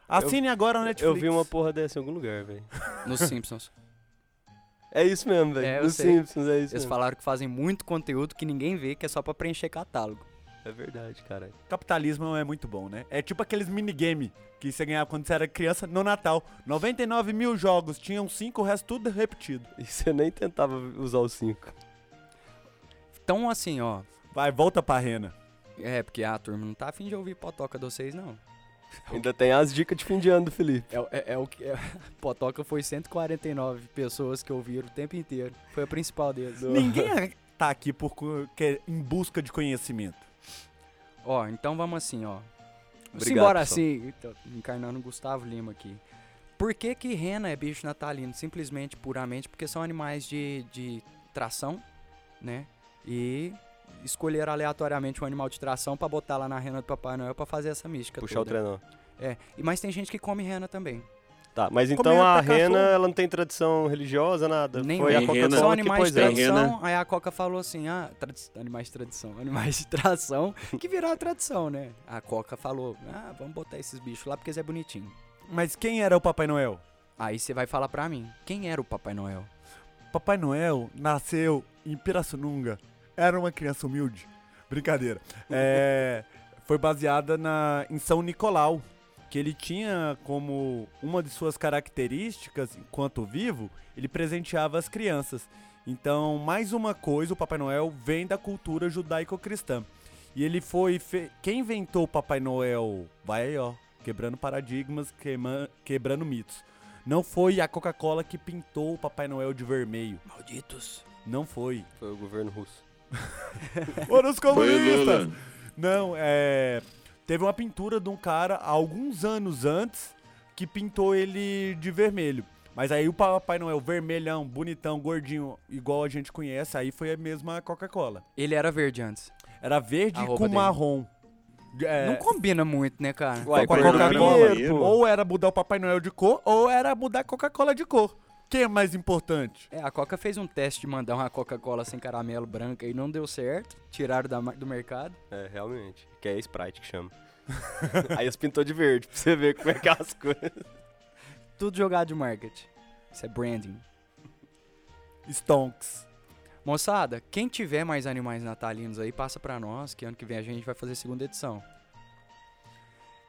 A: Assine agora o Netflix.
D: Eu vi uma porra dessa em algum lugar, velho.
B: Nos Simpsons. (laughs)
D: É isso mesmo, velho.
B: É, eu
D: Nos
B: sei.
D: Simpsons, é
B: Eles
D: isso mesmo.
B: falaram que fazem muito conteúdo que ninguém vê, que é só pra preencher catálogo.
D: É verdade, cara.
A: Capitalismo é muito bom, né? É tipo aqueles minigame que você ganhava quando você era criança no Natal. 99 mil jogos, tinham 5, o resto tudo repetido.
D: E você nem tentava usar os cinco.
B: Então, assim, ó.
A: Vai, volta pra rena.
B: É, porque a turma não tá afim de ouvir potoca de vocês, não.
D: Ainda tem as dicas de fim de ano do Felipe.
B: É, o- é- é o que. é- (laughs) potoca foi 149 pessoas que ouviram o tempo inteiro. Foi a principal (laughs) deles.
A: (laughs) Ninguém a- tá aqui por, cu- que- em busca de conhecimento.
B: Ó, então vamos assim, ó. Vamos
D: Obrigado,
B: embora
D: pessoal.
B: assim, então, encarnando o Gustavo Lima aqui. Por que que rena é bicho natalino? Simplesmente, puramente, porque são animais de, de tração, né? E escolheram aleatoriamente um animal de tração pra botar lá na rena do Papai Noel pra fazer essa mística
D: Puxar o
B: toda.
D: trenó.
B: É, e mas tem gente que come rena também.
D: Tá, mas então
A: Comeu
D: a
A: até cachorro.
D: rena, ela não tem tradição religiosa, nada.
B: Nem
D: Foi
C: tem
D: a Coca-Cola
C: rena.
D: que é.
B: São animais de
D: pôs ela.
C: tem
B: tradição, aí a Coca falou assim, ah, tradi- animais de tradição, animais de tração, que viraram tradição, né? A Coca falou, ah, vamos botar esses bichos lá porque eles é bonitinho.
A: Mas quem era o Papai Noel?
B: Aí você vai falar pra mim, quem era o Papai Noel?
A: Papai Noel nasceu em Pirassununga. Era uma criança humilde. Brincadeira. É, foi baseada na, em São Nicolau, que ele tinha como uma de suas características, enquanto vivo, ele presenteava as crianças. Então, mais uma coisa, o Papai Noel vem da cultura judaico-cristã. E ele foi. fe- Quem inventou o Papai Noel? Vai aí, ó. Quebrando paradigmas, queima- quebrando mitos. Não foi a Coca-Cola que pintou o Papai Noel de vermelho.
B: Malditos. (laughs)
A: Não foi.
D: Foi o governo russo.
A: Foram os
C: Foi o Lula.
A: comunistas! Não, é. Teve uma pintura de um cara há alguns anos antes que pintou ele de vermelho. Mas aí o Papai Noel, vermelhão, bonitão, gordinho, igual a gente conhece, aí foi a mesma Coca-Cola.
B: Ele era verde antes.
A: Era verde
B: A roupa
A: com
B: dele.
A: marrom. É,
B: Não combina muito, né, cara?
D: Uai,
A: com a
C: Fernando
A: Coca-Cola.
C: Pinheiro, pô.
A: Ou era mudar o Papai Noel de cor, ou era mudar a Coca-Cola de cor. Quem é mais importante?
B: É, a Coca fez um teste de mandar uma Coca-Cola sem caramelo branca e não deu certo. Tiraram da ma- do mercado.
D: É, realmente. Que é Sprite que chama. Aí as pintou de verde, pra você ver como é que é as coisas.
B: Tudo jogado de marketing. Isso é branding.
A: Stonks.
B: Moçada, quem tiver mais animais natalinos aí, passa pra nós, que ano que vem a gente vai fazer segunda edição.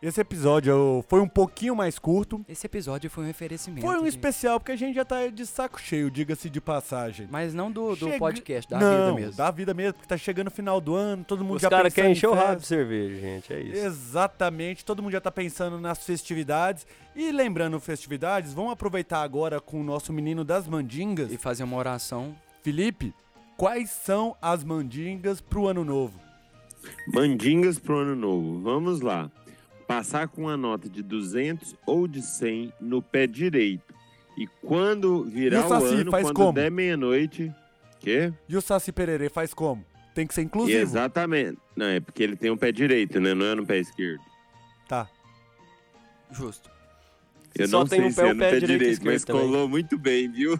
A: Esse episódio foi um pouquinho mais curto.
B: Esse episódio foi um oferecimento.
A: Foi um
B: gente.
A: especial, porque a gente já tá de saco cheio, diga-se de passagem.
B: Mas não do, do
A: Chega-
B: podcast, da
A: Não,
B: vida mesmo.
A: da vida mesmo, porque tá chegando o final do ano, todo mundo
D: Os
A: já
D: caras
A: pensando
D: querem
A: em
D: encher o rabo de
A: festa.
D: cerveja, gente. É isso.
A: Exatamente, todo mundo já tá pensando nas festividades. E lembrando festividades, vamos aproveitar agora com o nosso menino das mandingas.
B: E fazer uma oração.
A: Felipe, quais são as mandingas pro ano novo?
C: Mandingas pro ano novo. Vamos lá. Passar com uma nota de 200 ou de 100 no pé direito. E quando
A: E
C: virar
A: o
C: o,
D: assim,
A: Saci,
C: ano,
A: faz
C: quando
A: como?
C: der meia-noite... Quê?
A: E o Saci Pererê faz como? Tem que ser inclusivo.
C: Exatamente. Não, é porque ele tem o pé direito, né? Não é no pé esquerdo.
A: Tá.
B: Justo.
C: Eu
D: Só
C: não
D: tem
C: sei
D: um
C: se
D: pé,
C: é
D: um
C: no
D: pé
C: pé
D: direito e
C: direito, mas
D: esquerdo também.
C: colou muito bem, viu?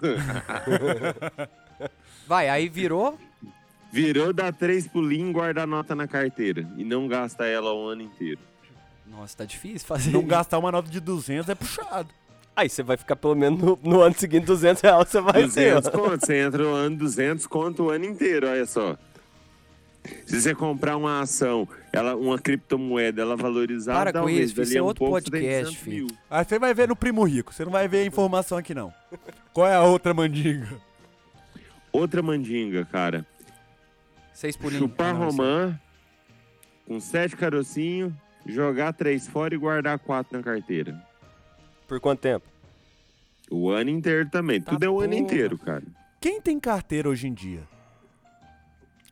B: Vai, aí virou.
C: (laughs) Virou dar três pulinhos, guardar nota na carteira e não gastar ela o ano inteiro.
B: Nossa, tá difícil fazer.
A: Não gastar uma nota de 200 é puxado.
D: Aí você vai ficar pelo menos no, no ano seguinte 200 reais, você vai ter.
C: 200
D: ó.
C: conto, você entra o ano 200 conto o ano inteiro, olha só. Se você comprar uma ação, ela, uma criptomoeda, ela valorizar,
B: Para
C: dá
B: com
C: um
B: isso,
C: mês,
B: isso
C: dali
B: é
C: a um
B: outro
C: pouco, você tem
B: podcast,
C: 200
B: filho.
C: mil.
A: Aí Ah, você vai ver no Primo Rico, você não vai ver a informação aqui não. Qual é a outra mandinga?
C: Outra mandinga, cara.
B: Seis pulinhos.
C: Chupar
B: Ah, não, isso-
C: romã, com sete carocinho, jogar três fora e guardar quatro na carteira.
D: Por quanto tempo?
C: O ano inteiro também.
B: Tá
C: Tudo é o ano
B: porra.
C: inteiro, cara.
A: Quem tem carteira hoje em dia?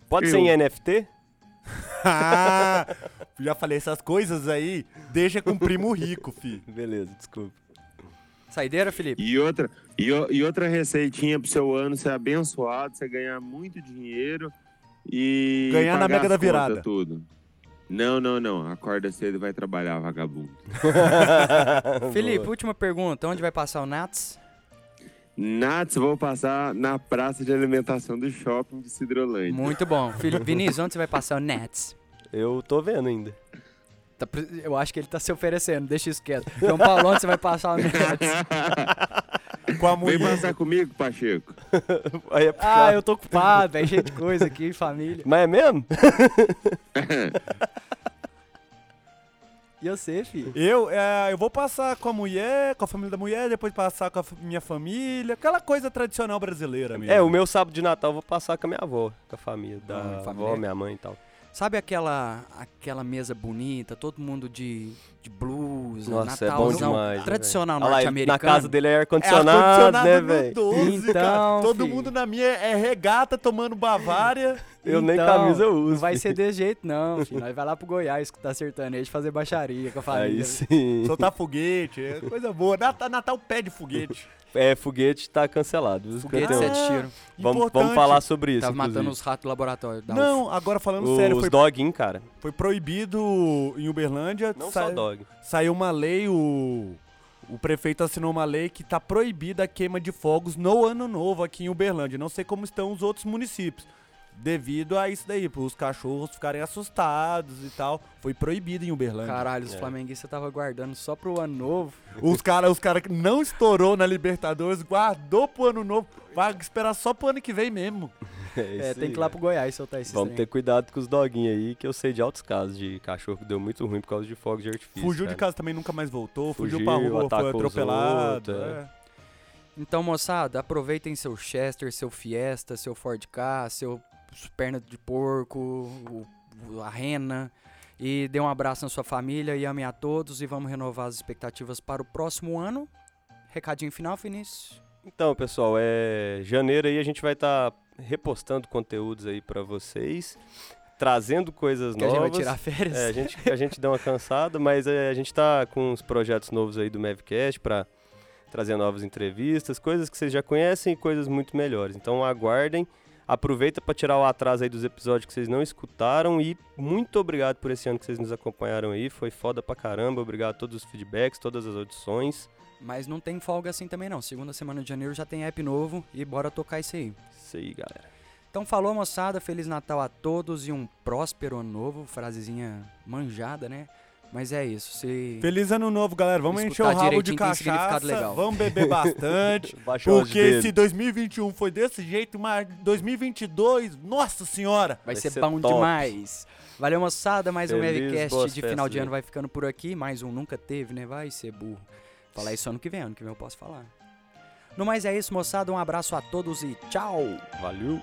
D: Pode ser em
C: Eu.
D: NFT?
A: (laughs) Ah, já falei essas coisas aí, deixa com o Primo Rico, fi.
D: Beleza, desculpa.
B: Saideira, Felipe?
C: E outra, e, o- e outra receitinha pro seu ano ser abençoado, você ganhar muito dinheiro e.
A: Ganhar na
C: pagar as
A: Mega da
C: contas,
A: Virada.
C: Tudo. Não, não, não. Acorda cedo e vai trabalhar, vagabundo.
B: Felipe, última pergunta. Onde vai passar o Nats?
C: Nats, vou passar na praça de alimentação do shopping de Cidrolândia.
B: Muito bom. Felipe, Vinícius, onde você vai passar o Nats?
D: Eu tô vendo ainda. (laughs)
B: Tá pre- eu acho que ele tá se oferecendo, deixa isso quieto. João Paulo, onde você vai passar o
C: (laughs)
B: Nats?
A: Com a
C: Vem
A: mulher.
C: passar comigo, Pacheco.
D: Aí é
B: Ah,
D: puxado.
B: eu tô ocupado, velho, cheio de coisa aqui, família.
D: Mas é mesmo?
B: E eu sei, filho.
A: Eu, é, eu vou passar com a mulher, com a família da mulher, depois passar com a f- minha família, aquela coisa tradicional brasileira mesmo.
D: É, o meu sábado de Natal eu vou passar com a minha avó, com a Hum, família da
B: Ah, família.
D: avó, minha mãe e tal.
B: Sabe aquela aquela mesa bonita, todo mundo de, de blusa,
D: Nossa, é bom
B: natalzão,
D: demais, né,
B: tradicional
D: Olha lá,
B: norte-americano?
D: na casa dele é
A: É ar-condicionado
D: ar-condicionado, né,
A: no
D: velho?
A: 12, cara.
B: Então,
A: Todo
B: filho.
A: mundo na minha é regata tomando Bavária.
D: Eu nem
B: Então,
D: camisa eu uso.
B: Não vai
D: filho.
B: ser desse jeito, não, filho. Nós vai lá pro Goiás que tá sertanejo fazer baixaria com a família.
D: Aí sim.
A: Soltar foguete, é coisa boa. Natal, Natal pede foguete.
D: É, foguete tá cancelado. viu?
B: Foguete, é
D: Canteu.
A: Campeão.
B: sete tiros.
D: vamos, vamos
A: Importante.
D: falar sobre isso.
B: Tava Tá matando
D: então. inclusive.
B: os ratos do laboratório. um da UFO.
A: Não, agora falando
D: os,
A: sério, foi,
D: doguinhos, cara.
A: foi proibido em Uberlândia.
D: Não
A: sa-
D: só dog.
A: Saiu uma lei, o, o prefeito assinou uma lei que tá proibida a queima de fogos no ano novo aqui em Uberlândia. Não sei como estão os outros municípios. Devido a isso daí, os cachorros ficarem assustados e tal. Foi proibido em Uberlândia.
B: Caralho,
D: É.
B: os flamenguistas tava guardando só pro ano novo.
A: Os caras os cara que não estourou na Libertadores, guardou pro ano novo. Vai esperar só pro ano que vem mesmo.
B: (laughs) É,
D: isso
B: tem
D: aí,
B: que ir lá
D: velho.
B: pro Goiás soltar esse
D: Vamos ter cuidado com os doguinhos aí, que eu sei de altos casos de cachorro que deu muito ruim por causa de fogos de artifício.
A: fugiu de
D: cara.
A: casa também, nunca mais voltou. Fugiu,
D: Fugiu,
A: pra rua, foi
D: atacou os
A: atropelado.
D: outros,
A: é.
B: Então, moçada, aproveitem seu Chester, seu Fiesta, seu Ford K, seu perna de porco, o- o- a rena. E dê um abraço na sua família e ame a todos. E vamos renovar as expectativas para o próximo ano. Recadinho final, Vinícius.
D: Então, pessoal, é janeiro aí a gente vai estar repostando conteúdos aí pra vocês, trazendo coisas
B: Que a
D: novas.
B: gente vai tirar férias.
D: É, a gente, a gente deu uma cansada, mas é, a gente tá com uns projetos novos aí do Mavcast pra trazer novas entrevistas, coisas que vocês já conhecem e coisas muito melhores. Então aguardem, aproveita pra tirar o atraso aí dos episódios que vocês não escutaram e muito obrigado por esse ano que vocês nos acompanharam aí, foi foda pra caramba, obrigado a todos os feedbacks, todas as audições.
B: Mas não tem folga assim também, não. Segunda semana de janeiro já tem app novo. E bora tocar isso aí.
D: Isso aí, galera.
B: Então falou, moçada. Feliz Natal a todos e um próspero ano novo. Frasezinha manjada, né? Mas é isso. Se...
A: Feliz ano novo, galera. Vamos
B: Escutar
A: encher o rabo de
B: direitinho tem significado
A: cachaça,
B: legal. (laughs)
A: vamos beber bastante.
D: Baixou os
A: porque
D: dedos.
A: se 2021 foi desse jeito, mas 2022, nossa senhora!
B: Vai,
D: Vai
B: ser,
D: ser
B: bom
D: top.
B: demais. Valeu, moçada. Mais um
D: Feliz,
B: Mavcast
D: boas
B: de final
D: festas,
B: de ano
D: gente.
B: vai ficando por aqui. Mais um nunca teve, né? Vai ser burro. Falar isso ano que vem. Ano que vem eu posso falar. No mais é isso, moçada. Um abraço a todos e tchau!
D: Valeu.